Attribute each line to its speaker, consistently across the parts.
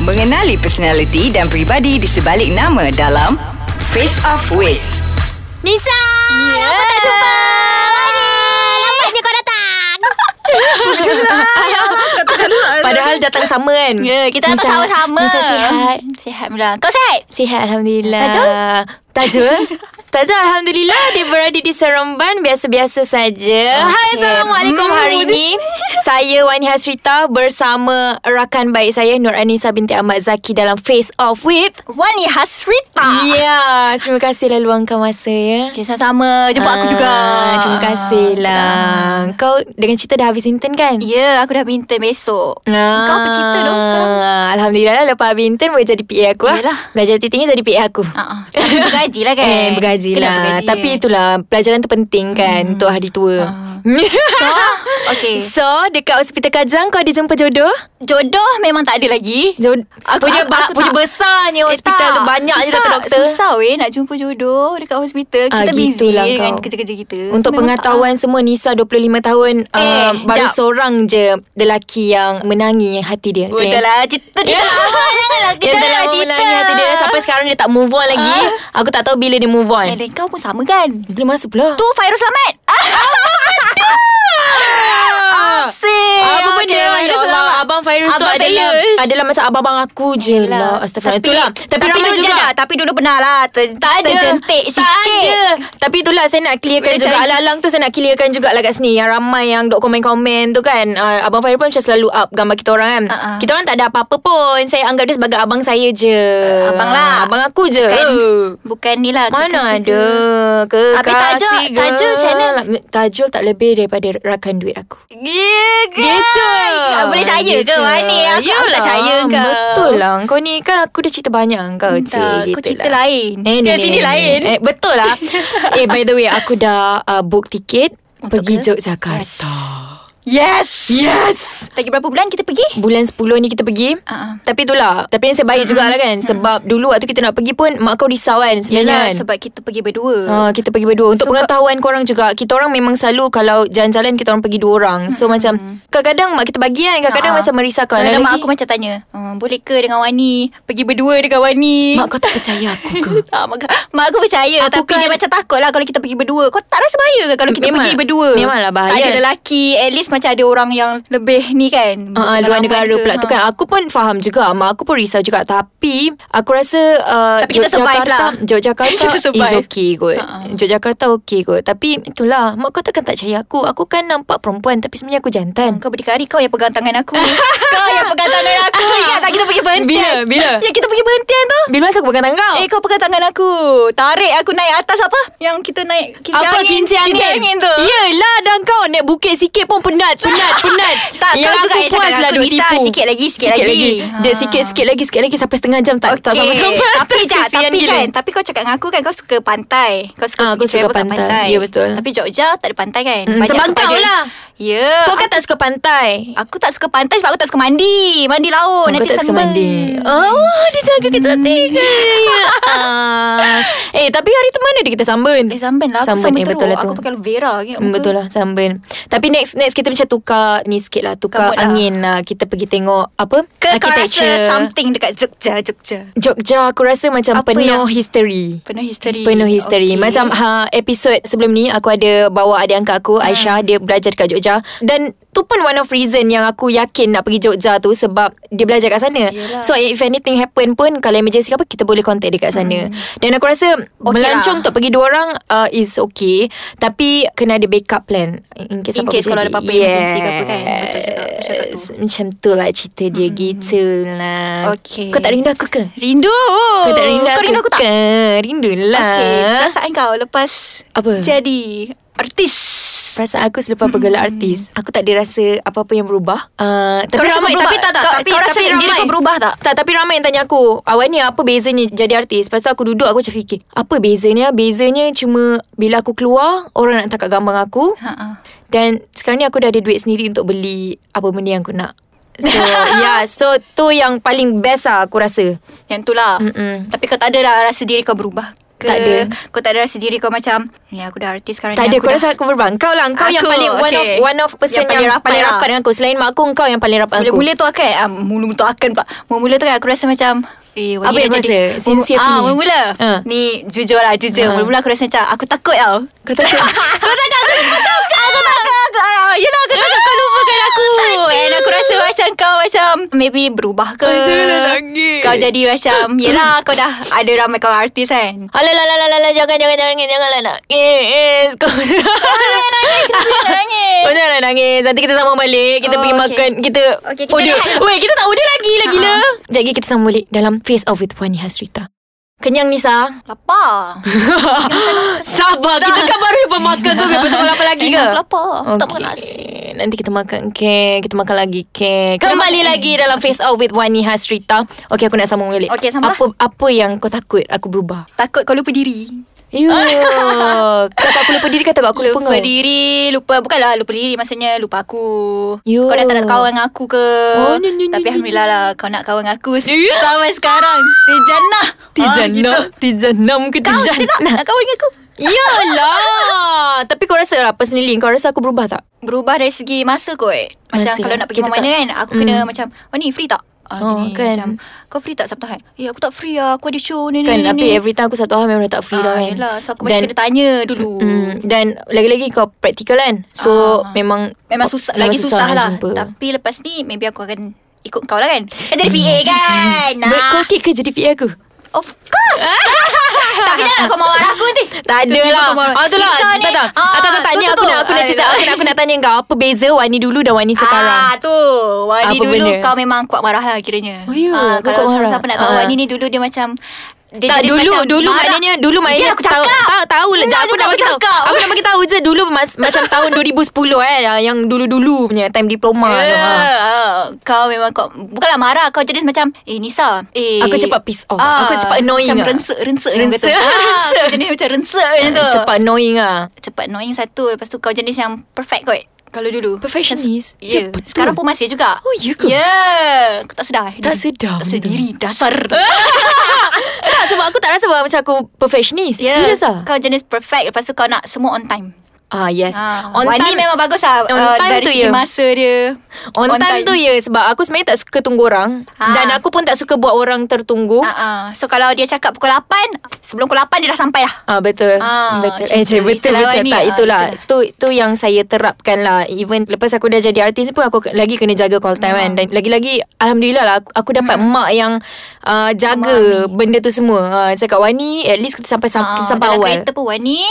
Speaker 1: Mengenali personaliti dan peribadi di sebalik nama dalam Face Off With.
Speaker 2: Nisa
Speaker 3: Ya.
Speaker 2: yeah. Lama tak jumpa Wani Lambatnya kau datang
Speaker 3: Padahal datang sama kan
Speaker 2: Ya yeah, kita datang
Speaker 3: Nisa-
Speaker 2: sama-sama
Speaker 3: Nisa sihat
Speaker 2: Sihat pula Kau sihat?
Speaker 3: Sihat Alhamdulillah
Speaker 2: Tajul?
Speaker 3: Tajul Tajul Alhamdulillah Dia berada di Seremban Biasa-biasa saja okay. Hai Assalamualaikum
Speaker 2: Hmm.
Speaker 3: hari ini Saya Wani Hasrita Bersama rakan baik saya Nur Anissa binti Ahmad Zaki Dalam Face Off with
Speaker 2: Wani Hasrita
Speaker 3: Ya yeah, Terima kasih lah luangkan masa ya
Speaker 2: Okay sama-sama Jemput aku
Speaker 3: Ah,
Speaker 2: juga
Speaker 3: Terima kasih lah Kau dengan cerita dah habis intern kan?
Speaker 2: Ya yeah, aku dah minta besok
Speaker 3: Ah,
Speaker 2: Kau apa cerita dong sekarang?
Speaker 3: Alhamdulillah lah Lepas habis intern Boleh jadi PA aku lah.
Speaker 2: Yelah.
Speaker 3: Belajar titingnya jadi PA aku
Speaker 2: Uh-uh. Tapi bergaji lah kan
Speaker 3: Eh bergaji
Speaker 2: Kena
Speaker 3: lah
Speaker 2: bergaji. eh. Hmm.
Speaker 3: Tapi itulah Pelajaran tu penting kan Untuk hari tua
Speaker 2: So Okay
Speaker 3: So dekat hospital Kajang Kau ada jumpa jodoh?
Speaker 2: Jodoh memang tak ada lagi
Speaker 3: Jodoh
Speaker 2: Aku-
Speaker 3: Punya,
Speaker 2: aku-
Speaker 3: ba-
Speaker 2: aku
Speaker 3: punya
Speaker 2: tak-
Speaker 3: besarnya
Speaker 2: Eh,
Speaker 3: hospital
Speaker 2: tak.
Speaker 3: tu Banyak je
Speaker 2: susah,
Speaker 3: doktor doktor
Speaker 2: Susah weh nak jumpa jodoh dekat hospital.
Speaker 3: Ah,
Speaker 2: Kita busy
Speaker 3: gitulah
Speaker 2: dengan
Speaker 3: kau.
Speaker 2: kerja-kerja kita.
Speaker 3: Untuk
Speaker 2: So, memang
Speaker 3: pengetahuan semua Nisa 25 tahun eh, uh,
Speaker 2: Eh,
Speaker 3: Baru
Speaker 2: jap.
Speaker 3: tak, seorang je Lelaki yang menangi hati dia
Speaker 2: tak. Udahlah,
Speaker 3: lah,
Speaker 2: cerita cerita lama Ya. janganlah lah. kita
Speaker 3: Dia dah lama menangi hati dia Sampai sekarang dia tak move on lagi
Speaker 2: Ah.
Speaker 3: Aku tak tahu bila dia move
Speaker 2: Eh,
Speaker 3: on
Speaker 2: dan kau pun sama kan?
Speaker 3: Dia masuk pula
Speaker 2: Tu Fairul Selamat.
Speaker 3: Ah,
Speaker 2: lah. Asyik.
Speaker 3: Apa benda
Speaker 2: Okay,
Speaker 3: Ya
Speaker 2: Fairul
Speaker 3: Allah
Speaker 2: Selamat.
Speaker 3: Abang Fairus tu
Speaker 2: lah. Abang
Speaker 3: adalah
Speaker 2: Fairuz.
Speaker 3: Adalah masa abang-abang aku je
Speaker 2: Yelah.
Speaker 3: lah Astagfirullah
Speaker 2: Tapi-
Speaker 3: Itulah Tapi, ramai
Speaker 2: dulu
Speaker 3: juga
Speaker 2: jajak, Tapi dulu benar lah ter,
Speaker 3: tak ada
Speaker 2: Terjentik sikit
Speaker 3: Tak ada Tapi itulah saya nak clearkan
Speaker 2: Boleh
Speaker 3: juga
Speaker 2: saya-
Speaker 3: Alang-alang tu saya nak clearkan juga lah kat sini Yang ramai yang dok komen-komen tu kan uh, Abang Fahir pun macam selalu up gambar kita orang kan
Speaker 2: Uh-uh.
Speaker 3: Kita orang tak ada apa-apa pun Saya anggap dia sebagai abang saya je
Speaker 2: Uh, abang lah. Kan?
Speaker 3: Abang aku je
Speaker 2: Bukan,
Speaker 3: Eh.
Speaker 2: bukan ni lah
Speaker 3: Mana
Speaker 2: kekasih ke.
Speaker 3: ada Kekasih
Speaker 2: Habis Tajul-
Speaker 3: ke.
Speaker 2: Tajul macam mana?
Speaker 3: Tajul tak lebih daripada rakan duit aku
Speaker 2: Ya ke?
Speaker 3: Gitu
Speaker 2: Ah, Boleh saya ke
Speaker 3: Gitu.
Speaker 2: Wani? Aku, aku
Speaker 3: Yelah,
Speaker 2: tak saya ke?
Speaker 3: Betul lah Kau ni kan aku dah cerita banyak dengan kau
Speaker 2: Tak,
Speaker 3: cik,
Speaker 2: aku
Speaker 3: gitu
Speaker 2: cerita
Speaker 3: lah.
Speaker 2: lain.
Speaker 3: Eh, ni,
Speaker 2: Kat
Speaker 3: ni,
Speaker 2: sini
Speaker 3: ni, ni.
Speaker 2: lain.
Speaker 3: eh, Betul lah Eh by the way Aku dah uh, book tiket
Speaker 2: Untuk
Speaker 3: Pergi
Speaker 2: ke?
Speaker 3: Yogyakarta
Speaker 2: Yes.
Speaker 3: Yes
Speaker 2: Lagi berapa bulan kita pergi?
Speaker 3: Bulan 10 ni kita pergi
Speaker 2: Ah, ah.
Speaker 3: Tapi itulah Tapi nasib baik jugalah kan Sebab dulu waktu kita nak pergi pun Mak kau risau kan
Speaker 2: Yelah
Speaker 3: Sebenarnya kan
Speaker 2: sebab kita pergi berdua.
Speaker 3: Ha, kita pergi berdua Untuk
Speaker 2: So,
Speaker 3: pengetahuan korang juga Kita orang memang selalu Kalau jalan-jalan Kita orang pergi dua orang So macam Kadang-kadang mak kita bagi kan Kadang-kadang
Speaker 2: Ah, ah.
Speaker 3: macam merisaukan
Speaker 2: Kadang-kadang mak
Speaker 3: Lagi-
Speaker 2: aku macam tanya, "Hmm, boleh ke dengan Wani pergi berdua dengan Wani?
Speaker 3: Mak kau tak percaya aku ke
Speaker 2: tak, mak, mak aku
Speaker 3: Aku
Speaker 2: percaya aku Tapi
Speaker 3: kan-
Speaker 2: dia macam takut lah Kalau kita pergi berdua Kau tak rasa bahaya ke Kalau kita
Speaker 3: Memang-
Speaker 2: pergi berdua
Speaker 3: memanglah bahaya.
Speaker 2: Tak ada lelaki At least macam ada orang yang Lebih ni kan
Speaker 3: Uh,
Speaker 2: pengalaman
Speaker 3: luar negara
Speaker 2: ke,
Speaker 3: pula tu
Speaker 2: ha.
Speaker 3: kan Aku pun faham juga Mak aku pun risau juga Tapi Aku rasa uh,
Speaker 2: Tapi kita survive
Speaker 3: Yogyakarta-
Speaker 2: lah.
Speaker 3: Yogyakarta
Speaker 2: Kita
Speaker 3: is
Speaker 2: survive. Ha,
Speaker 3: okay kot
Speaker 2: Ha-ha.
Speaker 3: Yogyakarta okay kot Tapi itulah Mak kau takkan tak percaya aku Aku kan nampak perempuan Tapi sebenarnya aku jantan
Speaker 2: Kau berdikari Kau yang pegang tangan aku Kau yang pegang tangan aku Ingat tak kita pergi
Speaker 3: Bila?
Speaker 2: berhentian
Speaker 3: Bila?
Speaker 2: Yang kita pergi berhentian tu
Speaker 3: Bila masa aku pegang tangan kau
Speaker 2: Eh kau pegang tangan aku Tarik aku naik atas apa Yang kita naik kincir
Speaker 3: apa
Speaker 2: angin
Speaker 3: kincir angin?
Speaker 2: Kincir angin Ya. tu
Speaker 3: Yelah dah kau naik bukit sikit pun penat, penat, penat. Ya,
Speaker 2: Tak, kau juga yang cakap dengan aku,
Speaker 3: duk
Speaker 2: Nisa, sikit lagi, sikit lagi.
Speaker 3: Dia
Speaker 2: Ha.
Speaker 3: sikit, sikit lagi, sikit lagi sampai setengah jam Oh, tak tak sama-sama.
Speaker 2: Tapi jap
Speaker 3: Kesian
Speaker 2: Tapi
Speaker 3: gila.
Speaker 2: kan Tapi kau cakap dengan aku kan Kau suka pantai Kau
Speaker 3: Ah,
Speaker 2: suka
Speaker 3: aku
Speaker 2: pergi
Speaker 3: suka
Speaker 2: travel kat
Speaker 3: pantai. Ya, betul.
Speaker 2: Tapi Jogja tak ada pantai kan
Speaker 3: Hmm,
Speaker 2: Banyak
Speaker 3: sebab
Speaker 2: tempat
Speaker 3: kau
Speaker 2: dia-
Speaker 3: lah.
Speaker 2: Ya
Speaker 3: Kau kan tak suka pantai.
Speaker 2: Aku tak suka pantai Sebab aku tak suka mandi Mandi laut
Speaker 3: Oh,
Speaker 2: Nanti Ah,
Speaker 3: kau tak suka
Speaker 2: sunburn.
Speaker 3: mandi Oh dia jaga kecantikan Ya. Ah. Eh tapi hari tu mana dia kita sambun
Speaker 2: Eh samban lah Aku
Speaker 3: Sunburn,
Speaker 2: samban
Speaker 3: eh,
Speaker 2: teruk
Speaker 3: betul lah tu.
Speaker 2: Aku pakai aloe vera ingat
Speaker 3: Hmm,
Speaker 2: muka.
Speaker 3: Betul lah sambun Tapi next next kita macam tukar Ni sikit lah Tukar
Speaker 2: Tukar mood lah.
Speaker 3: angin lah Kita pergi tengok Apa
Speaker 2: Ke kau rasa something Dekat Jogja Jogja
Speaker 3: Jogja aku rasa macam
Speaker 2: Apa
Speaker 3: penuh
Speaker 2: yang-
Speaker 3: history
Speaker 2: Penuh history
Speaker 3: Penuh history okay.
Speaker 2: Okey.
Speaker 3: Macam ha, episod sebelum ni Aku ada bawa adik angkat aku
Speaker 2: Ha.
Speaker 3: Aisyah Dia belajar dekat Jogja Dan tu pun one of reason Yang aku yakin nak pergi Jogja tu Sebab dia belajar kat sana
Speaker 2: Yelah.
Speaker 3: So if anything happen pun Kalau emergency apa Kita boleh contact dekat sana Dan aku rasa okay
Speaker 2: Okay
Speaker 3: Melancong
Speaker 2: Hmm. lah.
Speaker 3: untuk pergi dua orang uh, Is okay Tapi kena ada backup plan In case,
Speaker 2: In
Speaker 3: apa-apa
Speaker 2: case kalau
Speaker 3: jadi.
Speaker 2: ada apa-apa emergency ke apa kan. Betul juga. Macam kat
Speaker 3: Yes.
Speaker 2: tu. Hmm.
Speaker 3: Macam tu lah cerita dia Gitu lah
Speaker 2: Okay.
Speaker 3: Kau tak rindu aku ke?
Speaker 2: Rindu
Speaker 3: Oh, Kau tak rindu
Speaker 2: Kau rindu aku tak?
Speaker 3: Kan? Rindu lah
Speaker 2: Okay Perasaan kau lepas
Speaker 3: Apa?
Speaker 2: Jadi Artis
Speaker 3: Perasaan aku selepas bergelar artis Aku tak ada rasa apa-apa yang berubah uh, Tapi
Speaker 2: Kau rasa
Speaker 3: ramai
Speaker 2: kau berubah?
Speaker 3: Tapi tak tak
Speaker 2: Kau-
Speaker 3: tapi,
Speaker 2: kau rasa
Speaker 3: tapi
Speaker 2: diri
Speaker 3: ramai.
Speaker 2: kau berubah tak?
Speaker 3: Tak tapi ramai yang tanya aku Awak ni apa bezanya jadi artis Lepas tu aku duduk aku macam fikir Apa bezanya Bezanya cuma Bila aku keluar Orang nak tangkap gambar aku
Speaker 2: Ha-ha.
Speaker 3: Dan sekarang ni aku dah ada duit sendiri Untuk beli Apa benda yang aku nak So yeah So tu yang paling best lah aku rasa
Speaker 2: Yang tu lah
Speaker 3: Mm-mm.
Speaker 2: Tapi kau tak ada dah lah rasa diri kau berubah ke
Speaker 3: Tak ada.
Speaker 2: Kau tak ada rasa diri kau macam Ni aku dah artis sekarang
Speaker 3: Tak
Speaker 2: ni,
Speaker 3: ada
Speaker 2: aku
Speaker 3: Kau
Speaker 2: dah-
Speaker 3: rasa aku berbang Kau lah Kau yang
Speaker 2: Aku,
Speaker 3: paling One
Speaker 2: okay.
Speaker 3: of one of person Yang paling rapat, paling
Speaker 2: lah.
Speaker 3: rapat dengan aku Selain mak aku Kau yang paling rapat aku
Speaker 2: Mula-mula tu akan ah, Mula-mula tu akan pula Mula-mula tu kan aku rasa macam Eh,
Speaker 3: Apa yang kau rasa? Sincere
Speaker 2: ah,
Speaker 3: feeling?
Speaker 2: Mula-mula
Speaker 3: Ha.
Speaker 2: Ni jujur lah Jujur
Speaker 3: Ha.
Speaker 2: Mula-mula aku rasa macam Aku takut tau Kau takut Kau takut Aku takut Aku takut aku, ah, Yelah aku takut Kau lupakan aku Oh, And aku rasa macam Kau macam Maybe berubah ke
Speaker 3: janganlah nangis.
Speaker 2: Kau jadi macam Yelah kau dah Ada ramai kau artis kan
Speaker 3: Alah lah lah lah lah, lah Jangan jangan jangan Jangan lah nak Yes Kau
Speaker 2: Jangan nangis
Speaker 3: Kau jangan nangis Nanti kita sambung balik Kita
Speaker 2: Oh,
Speaker 3: pergi
Speaker 2: okay.
Speaker 3: makan Kita
Speaker 2: Okay, kita
Speaker 3: order
Speaker 2: rehat.
Speaker 3: Weh kita tak order lagi lah gila Sekejap lagi kita sambung balik Dalam Face Off with Puan Hasrita Kenyang Nisa
Speaker 2: Lapar
Speaker 3: Sabar Kita kan baru dapat makan Kau boleh macam apa lagi ke
Speaker 2: Aku lapar Aku tak makan nasi
Speaker 3: Okay. Nanti kita makan kek Kita makan lagi kek Kembali lagi dalam Face Off with Wani Hasrita Okay aku nak sambung balik
Speaker 2: Okay, sambung lah.
Speaker 3: apa, apa yang kau takut aku berubah
Speaker 2: Takut kau lupa diri
Speaker 3: Ew Kata aku lupa diri Kata aku lupa
Speaker 2: Ya. Lupa
Speaker 3: kau
Speaker 2: diri Lupa Bukanlah lupa diri Maksudnya lupa aku
Speaker 3: Yo.
Speaker 2: Kau dah tak nak kawan dengan aku ke
Speaker 3: Oh, nyo, nyo, nyo,
Speaker 2: Tapi
Speaker 3: nyo,
Speaker 2: Alhamdulillah lah Kau nak kawan dengan aku Sampai sekarang Tijana
Speaker 3: Tijanam Tijanam ke
Speaker 2: Kau still nak,
Speaker 3: Tijanam
Speaker 2: nak kawan dengan aku
Speaker 3: Yalah Tapi kau rasa lah Personally kau rasa aku berubah tak?
Speaker 2: Berubah dari segi masa kot Macam
Speaker 3: Masa.
Speaker 2: kalau nak pergi
Speaker 3: Kita
Speaker 2: mana-mana
Speaker 3: tak-
Speaker 2: kan Aku kena
Speaker 3: Hmm.
Speaker 2: macam Oh ni free tak? Ah,
Speaker 3: Oh,
Speaker 2: oh,
Speaker 3: kan.
Speaker 2: Macam Kau free tak Sabtu Ahad Eh aku tak free lah Aku ada show ni ni
Speaker 3: Kan
Speaker 2: ni,
Speaker 3: tapi
Speaker 2: ni.
Speaker 3: every time aku satu hari Memang dah tak free dah
Speaker 2: ya. ah,
Speaker 3: kan
Speaker 2: Yelah So aku macam
Speaker 3: Dan-
Speaker 2: kena tanya dulu
Speaker 3: Hmm, dan lagi-lagi kau praktikal kan So
Speaker 2: Ah.
Speaker 3: memang
Speaker 2: Memang susah Lagi susah,
Speaker 3: nak
Speaker 2: lah
Speaker 3: jumpa.
Speaker 2: Tapi lepas ni Maybe aku akan Ikut kau lah kan Kan jadi PA kan
Speaker 3: Hmm. Baik,
Speaker 2: nah.
Speaker 3: Kau okey ke jadi PA aku?
Speaker 2: Of course Tapi jangan kau mawar aku nanti
Speaker 3: Tak ada
Speaker 2: Tiba-tiba
Speaker 3: lah
Speaker 2: kau marah.
Speaker 3: Ah tu lah
Speaker 2: Isa ni,
Speaker 3: Tak tak
Speaker 2: ah,
Speaker 3: Ah, tak tak tak Ni
Speaker 2: tu, tu,
Speaker 3: aku
Speaker 2: tu.
Speaker 3: nak Aku nak cerita
Speaker 2: Alah.
Speaker 3: Aku nak aku nak tanya kau Apa beza Wani dulu Dan Wani
Speaker 2: Ah
Speaker 3: sekarang
Speaker 2: tu Wani
Speaker 3: Apa
Speaker 2: Apa dulu
Speaker 3: benda?
Speaker 2: kau memang kuat marah lah kiranya
Speaker 3: Oh, ya,
Speaker 2: Ah,
Speaker 3: kau
Speaker 2: Kalau
Speaker 3: kuat marah.
Speaker 2: siapa-siapa nak tahu
Speaker 3: Ah.
Speaker 2: Wani ni dulu dia macam dia
Speaker 3: tak
Speaker 2: jenis
Speaker 3: dulu
Speaker 2: macam
Speaker 3: dulu
Speaker 2: marah.
Speaker 3: maknanya dulu maknanya
Speaker 2: Biar aku cakap
Speaker 3: tahu tahu lah
Speaker 2: Biar
Speaker 3: aku nak
Speaker 2: juga aku
Speaker 3: bagi tahu
Speaker 2: cakap.
Speaker 3: aku nak bagi tahu je dulu mas, macam tahun 2010 eh yang- yang dulu-dulu punya time diploma tu ha.
Speaker 2: Yeah. Ah, Kau memang kau Bukanlah marah Kau jenis macam Eh Nisa eh,
Speaker 3: Aku cepat piss off. Aku cepat annoying ah.
Speaker 2: Macam rensek Rensek
Speaker 3: Rensek.
Speaker 2: kata. Ah, Kau jenis macam rensek macam tu
Speaker 3: cepat annoying ah
Speaker 2: Cepat annoying satu Lepas tu kau jenis yang perfect kot Kalau dulu
Speaker 3: perfectionist
Speaker 2: Ya yeah.
Speaker 3: Dia betul.
Speaker 2: Sekarang pun masih juga
Speaker 3: Oh, ya ke?
Speaker 2: Ya yeah. Aku tak sedar
Speaker 3: Tak sedar benda
Speaker 2: Tak sedar
Speaker 3: tu.
Speaker 2: diri Dasar
Speaker 3: tak sebab aku tak rasa bahawa macam aku perfectionist yeah.
Speaker 2: Ya,
Speaker 3: serius ah
Speaker 2: Kau jenis perfect Lepas tu kau nak semua on time
Speaker 3: ah yes
Speaker 2: Ah,
Speaker 3: on
Speaker 2: Wani
Speaker 3: time
Speaker 2: memang bagus lah
Speaker 3: On
Speaker 2: uh,
Speaker 3: time
Speaker 2: Dari
Speaker 3: tu
Speaker 2: segi
Speaker 3: ya.
Speaker 2: masa dia
Speaker 3: On, on time, time tu ya Sebab aku sebenarnya tak suka tunggu orang ha.
Speaker 2: Ah.
Speaker 3: Dan aku pun tak suka buat orang tertunggu
Speaker 2: Ah,
Speaker 3: ha.
Speaker 2: ah. So kalau dia cakap pukul 8 Sebelum pukul 8 dia dah sampai dah
Speaker 3: Ah betul.
Speaker 2: Ah,
Speaker 3: betul.
Speaker 2: macam
Speaker 3: Eh cik,
Speaker 2: tu.
Speaker 3: betul
Speaker 2: Itulah
Speaker 3: betul
Speaker 2: Wani.
Speaker 3: tak
Speaker 2: Ah,
Speaker 3: itulah.
Speaker 2: itulah.
Speaker 3: Tu tu yang saya terapkan lah. Even lepas aku dah jadi artis pun aku lagi kena jaga call time kan. Dan lagi-lagi alhamdulillah lah aku, aku
Speaker 2: Hmm.
Speaker 3: dapat mak yang uh, jaga benda tu semua. Uh, cakap Wani at least kita sampai
Speaker 2: Ah,
Speaker 3: sampai, sampai
Speaker 2: dalam
Speaker 3: awal.
Speaker 2: kereta pun Wani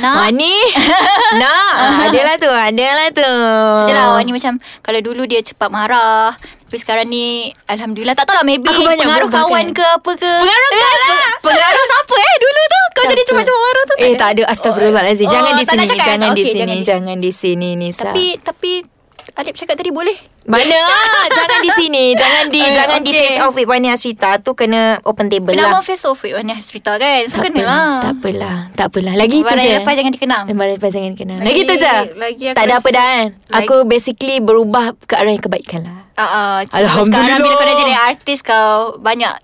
Speaker 2: Nak
Speaker 3: Wani Nak ah, Adalah tu Adalah tu oh.
Speaker 2: Yelah Wani macam Kalau dulu dia cepat marah Tapi sekarang ni Alhamdulillah Tak tahulah maybe
Speaker 3: Aku banyak
Speaker 2: Pengaruh
Speaker 3: berubah,
Speaker 2: kawan
Speaker 3: kan?
Speaker 2: ke apa ke
Speaker 3: Pengaruh kau lah
Speaker 2: Eh, Pengaruh siapa eh dulu tu Kau jadi
Speaker 3: Siapa?
Speaker 2: cepat-cepat marah tu
Speaker 3: Eh tak ada Astagfirullahalazim
Speaker 2: Oh,
Speaker 3: Jangan di
Speaker 2: tak
Speaker 3: sini
Speaker 2: nak cakap, eh?
Speaker 3: Jangan di
Speaker 2: Okey,
Speaker 3: sini
Speaker 2: jangan di-
Speaker 3: Jangan di sini Nisa
Speaker 2: Tapi Tapi Alip cakap tadi boleh
Speaker 3: Mana Ah, Jangan di sini Jangan di
Speaker 2: Eh,
Speaker 3: Jangan di
Speaker 2: okey.
Speaker 3: face off With Wani Asrita Tu kena open table
Speaker 2: Kenapa
Speaker 3: lah
Speaker 2: face off with Wani cerita kan So
Speaker 3: tak
Speaker 2: kena
Speaker 3: apalah,
Speaker 2: lah
Speaker 3: Tak apalah Tak apalah Lagi tu
Speaker 2: Barang
Speaker 3: je
Speaker 2: yang lepas jangan dikenang
Speaker 3: Lembaran lepas jangan kenal Lagi,
Speaker 2: Lagi-
Speaker 3: tu je
Speaker 2: lagi aku
Speaker 3: Tak ada apa
Speaker 2: rasa-
Speaker 3: dah kan
Speaker 2: lagi-
Speaker 3: Aku basically berubah Ke arah yang kebaikan lah
Speaker 2: Ah, ah, cuma
Speaker 3: Alhamdulillah.
Speaker 2: Sekarang bila kau dah jadi artis kau Banyak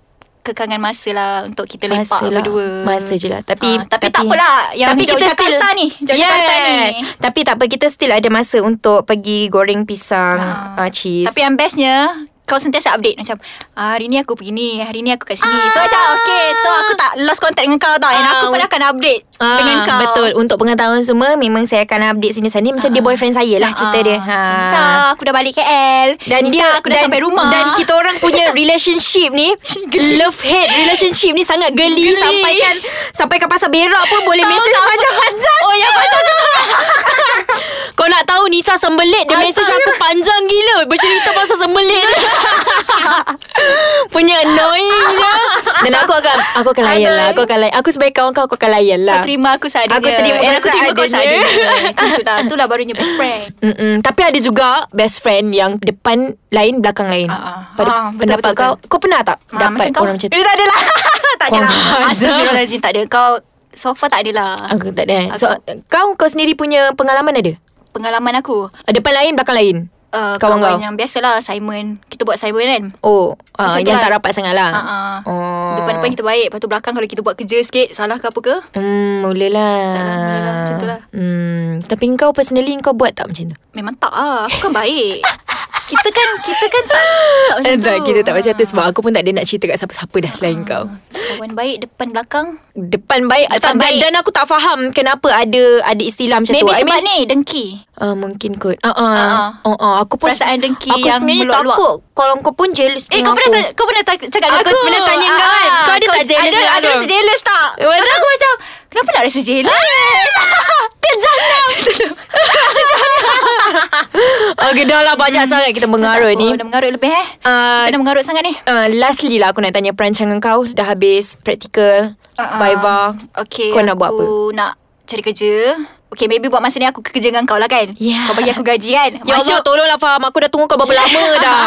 Speaker 2: kekangan masa lah Untuk kita lepak
Speaker 3: Masa lah
Speaker 2: berdua
Speaker 3: Masa je lah Tapi
Speaker 2: Ah, tapi tak apalah. Yang jauh Jakarta ni, jauh Jakarta ni.
Speaker 3: Tapi tak apa Kita still ada masa Untuk pergi goreng pisang
Speaker 2: Ah.
Speaker 3: uh, Cheese
Speaker 2: Tapi yang bestnya kau sentiasa update macam ah, hari ni aku pergi ni, hari ni aku kat sini. So macam okay, so aku tak lost contact dengan kau tau. And
Speaker 3: Ah,
Speaker 2: aku pun
Speaker 3: un-
Speaker 2: akan update
Speaker 3: Ah,
Speaker 2: dengan kau.
Speaker 3: Betul Untuk pengetahuan semua Memang saya akan update sini sana Macam
Speaker 2: Ah.
Speaker 3: dia boyfriend saya lah Cerita dia
Speaker 2: ha. Nisa, aku dah balik KL.
Speaker 3: dan
Speaker 2: Nisa,
Speaker 3: dia
Speaker 2: aku dah
Speaker 3: dan,
Speaker 2: sampai rumah.
Speaker 3: Dan kita orang punya relationship ni Love hate relationship ni Sangat geli,
Speaker 2: Geli.
Speaker 3: Sampaikan Sampaikan pasal berak pun Boleh message panjang-panjang Oh ya betul tu Kau nak tahu Nisa sembelit Dia message aku panjang gila Bercerita pasal sembelit Punya annoying je Dan aku akan Aku akan layan lah Aku akan layan Aku sebagai kawan kau Aku akan layan
Speaker 2: kau
Speaker 3: lah
Speaker 2: terima aku seadanya.
Speaker 3: Aku terima
Speaker 2: And
Speaker 3: kau
Speaker 2: aku terima kau
Speaker 3: seadanya.
Speaker 2: seadanya. Itulah, itulah barunya best friend.
Speaker 3: Mm-mm. Tapi ada juga best friend yang depan lain belakang lain.
Speaker 2: Ah, ah.
Speaker 3: Pada
Speaker 2: Ah, betul,
Speaker 3: pendapat
Speaker 2: betul,
Speaker 3: kau, kau pernah tak
Speaker 2: Ah,
Speaker 3: dapat
Speaker 2: macam kau?
Speaker 3: orang macam tu?
Speaker 2: Eh, tak ada lah. tak ada lah.
Speaker 3: Kurang ajar.
Speaker 2: Astagfirullahaladzim tak ada. Kau so far tak ada lah.
Speaker 3: Aku tak ada. eh. So
Speaker 2: Aku-
Speaker 3: kau kau sendiri punya pengalaman ada?
Speaker 2: Pengalaman aku.
Speaker 3: Depan lain belakang lain.
Speaker 2: uh,
Speaker 3: Kawan
Speaker 2: kawan, kawan
Speaker 3: kau?
Speaker 2: yang biasalah Simon. Kita buat Simon kan.
Speaker 3: Oh, uh,
Speaker 2: Macam tu
Speaker 3: yang
Speaker 2: lah.
Speaker 3: tak rapat sangat lah.
Speaker 2: Uh-uh.
Speaker 3: Oh.
Speaker 2: Depan-depan kita baik Lepas tu belakang Kalau kita buat kerja sikit Salah ke apa ke
Speaker 3: Hmm, boleh
Speaker 2: Tak lah, boleh lah,
Speaker 3: lah.
Speaker 2: macam tu lah.
Speaker 3: Hmm, tapi kau personally kau buat tak macam tu?
Speaker 2: Memang tak lah Aku kan baik Kita kan Kita kan tak, tak macam
Speaker 3: Eh,
Speaker 2: tu
Speaker 3: tak, kita tak macam tu
Speaker 2: Ah.
Speaker 3: sebab aku pun tak ada nak cerita kat siapa-siapa dah selain kau.
Speaker 2: Kawan baik Depan belakang
Speaker 3: Ah. Depan baik,
Speaker 2: Depan
Speaker 3: tak, baik.
Speaker 2: baik.
Speaker 3: Dan, dan aku tak faham kenapa ada ada istilah macam
Speaker 2: Maybe
Speaker 3: tu. I
Speaker 2: sebab
Speaker 3: mean,
Speaker 2: ni Dengki
Speaker 3: Uh, mungkin kot. Ah uh-uh.
Speaker 2: Ah.
Speaker 3: uh-uh. uh-uh. aku pun
Speaker 2: Perasaan dengki
Speaker 3: aku
Speaker 2: yang
Speaker 3: sebenarnya
Speaker 2: meluap-luap.
Speaker 3: takut kalau kau pun jealous
Speaker 2: Eh kau
Speaker 3: dengan aku.
Speaker 2: pernah ta- Kau pernah ta- cakap dengan
Speaker 3: Aku pernah tanya kau kan,
Speaker 2: Ah,
Speaker 3: kau ada tak jealous
Speaker 2: Ada,
Speaker 3: dengan
Speaker 2: ada
Speaker 3: aku?
Speaker 2: rasa jealous tak
Speaker 3: Betul.
Speaker 2: Lepas tu aku macam Kenapa nak rasa jealous Terjanam
Speaker 3: Okay dah lah banyak
Speaker 2: Hmm.
Speaker 3: sangat kita mengarut ni.
Speaker 2: Dah mengarut lebih eh
Speaker 3: Uh,
Speaker 2: Kita dah mengarut sangat ni
Speaker 3: uh, lastly lah aku nak tanya perancangan kau dah habis praktikal,
Speaker 2: Ah, ah.
Speaker 3: viva.
Speaker 2: Okay
Speaker 3: Kau nak buat apa?
Speaker 2: Aku nak cari kerja Okay maybe buat masa ni Aku kerja dengan kau lah kan
Speaker 3: Yeah.
Speaker 2: Kau bagi aku gaji kan
Speaker 3: Ya Allah tolonglah Faham Aku dah tunggu kau berapa lama dah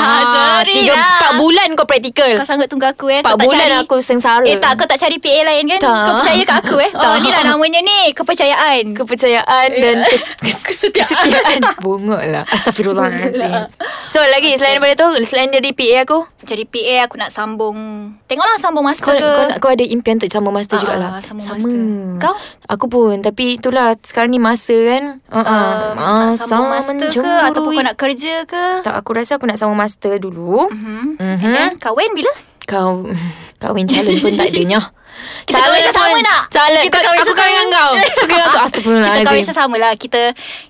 Speaker 2: Sorry
Speaker 3: Tiga,
Speaker 2: lah.
Speaker 3: Empat bulan kau praktikal
Speaker 2: Kau sanggup tunggu aku eh
Speaker 3: Empat
Speaker 2: Kau tak
Speaker 3: bulan
Speaker 2: cari.
Speaker 3: aku sengsara
Speaker 2: Eh tak kau tak cari PA lain kan
Speaker 3: Tak.
Speaker 2: Kau percaya kat aku eh
Speaker 3: Tak.
Speaker 2: Oh ni lah namanya ni Kepercayaan
Speaker 3: Kepercayaan
Speaker 2: Eh,
Speaker 3: Dan
Speaker 2: ya.
Speaker 3: kes, kes, kesetiaan, kesetiaan. Bongok lah Astagfirullahaladzim So lagi Selain daripada tu Selain dari PA aku
Speaker 2: Cari PA aku nak sambung Tengoklah sambung master
Speaker 3: kau,
Speaker 2: ke
Speaker 3: kau, nak, kau ada impian untuk sama master
Speaker 2: Ah,
Speaker 3: juga lah
Speaker 2: ah, sama master. Kau?
Speaker 3: Aku pun Tapi itulah Sekarang ni masa kan uh,
Speaker 2: um, nak sambung master ke Ataupun kau nak kerja ke
Speaker 3: Tak aku rasa aku nak sama master dulu
Speaker 2: Mhm.
Speaker 3: Mhm.
Speaker 2: And then kahwin bila?
Speaker 3: Kau Kahwin calon pun tak adanya
Speaker 2: Kita kahwin sesama nak?
Speaker 3: Calon
Speaker 2: Kita
Speaker 3: kita
Speaker 2: kahwin
Speaker 3: Aku kahwin
Speaker 2: sesama.
Speaker 3: dengan kau Aku kahwin aku
Speaker 2: Kita
Speaker 3: Astagfirullahaladzim
Speaker 2: kahwin sesama lah Kita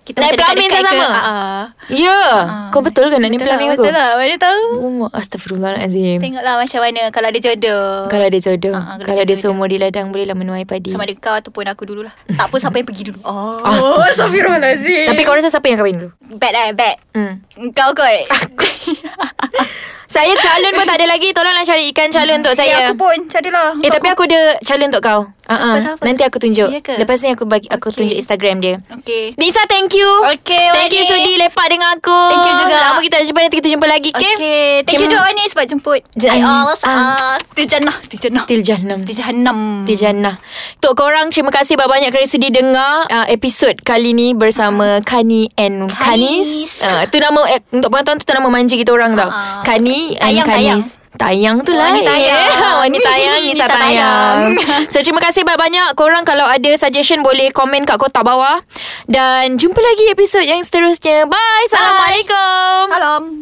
Speaker 2: kita
Speaker 3: Naik
Speaker 2: macam
Speaker 3: pelamin
Speaker 2: dekat-dekat
Speaker 3: sama-sama?
Speaker 2: ke. Ah, ah.
Speaker 3: Ya
Speaker 2: Ah.
Speaker 3: Kau betul ke nak ni
Speaker 2: Betul lah,
Speaker 3: pelamin aku
Speaker 2: Betul lah Mana tahu
Speaker 3: Oh, Astagfirullahalazim
Speaker 2: Tengoklah macam mana Kalau ada jodoh
Speaker 3: Kalau ada jodoh
Speaker 2: Ah, ah, kalau
Speaker 3: Kalau
Speaker 2: ada
Speaker 3: ada
Speaker 2: jodoh.
Speaker 3: seumur di ladang Bolehlah menuai padi
Speaker 2: Sama ada kau ataupun aku dululah Tak pun siapa yang pergi dulu Oh
Speaker 3: Astagfirullahalazim Tapi kau rasa siapa yang kahwin dulu?
Speaker 2: Bet eh bet
Speaker 3: Hmm.
Speaker 2: Kau kot
Speaker 3: Saya calon pun tak ada lagi Tolonglah carikan calon untuk
Speaker 2: Ya
Speaker 3: saya
Speaker 2: aku pun Macam adalah
Speaker 3: Eh tapi aku ada calon untuk kau uh-uh.
Speaker 2: siapa?
Speaker 3: Nanti aku tunjuk
Speaker 2: Ya ke?
Speaker 3: Lepas ni aku bagi aku
Speaker 2: Okay.
Speaker 3: tunjuk Instagram dia
Speaker 2: Okay
Speaker 3: Nisa thank you
Speaker 2: Okay,
Speaker 3: Thank
Speaker 2: Wani.
Speaker 3: you Sudi lepak dengan aku
Speaker 2: Thank you juga.
Speaker 3: Lama kita tak jumpa Nanti kita jumpa lagi Okay,
Speaker 2: Okay Thank you
Speaker 3: Cuma-
Speaker 2: juga ni Sebab jemput
Speaker 3: Jan-
Speaker 2: I always
Speaker 3: Ah.
Speaker 2: uh, Tu jannah Tu jannah
Speaker 3: Til Jahannam
Speaker 2: Tu jahannam
Speaker 3: Til Jannah Untuk korang Terima kasih banyak-banyak Kerana sudi dengar uh, Episod kali ni Bersama Kani and Kanis uh,
Speaker 2: Ah. Kanis.
Speaker 3: Itu nama eh, Untuk penonton tu nama manja kita orang tau
Speaker 2: Ah, ah.
Speaker 3: Kani and
Speaker 2: Tayang,
Speaker 3: Kanis Tayang tu lah
Speaker 2: Wanita
Speaker 3: eh.
Speaker 2: tayang.
Speaker 3: Wanita tayang Nisa
Speaker 2: Nisa
Speaker 3: tayang
Speaker 2: tayang.
Speaker 3: So terima kasih banyak-banyak Korang kalau ada suggestion Boleh komen kat kotak bawah Dan jumpa lagi episod yang seterusnya Bye Assalamualaikum
Speaker 2: Salam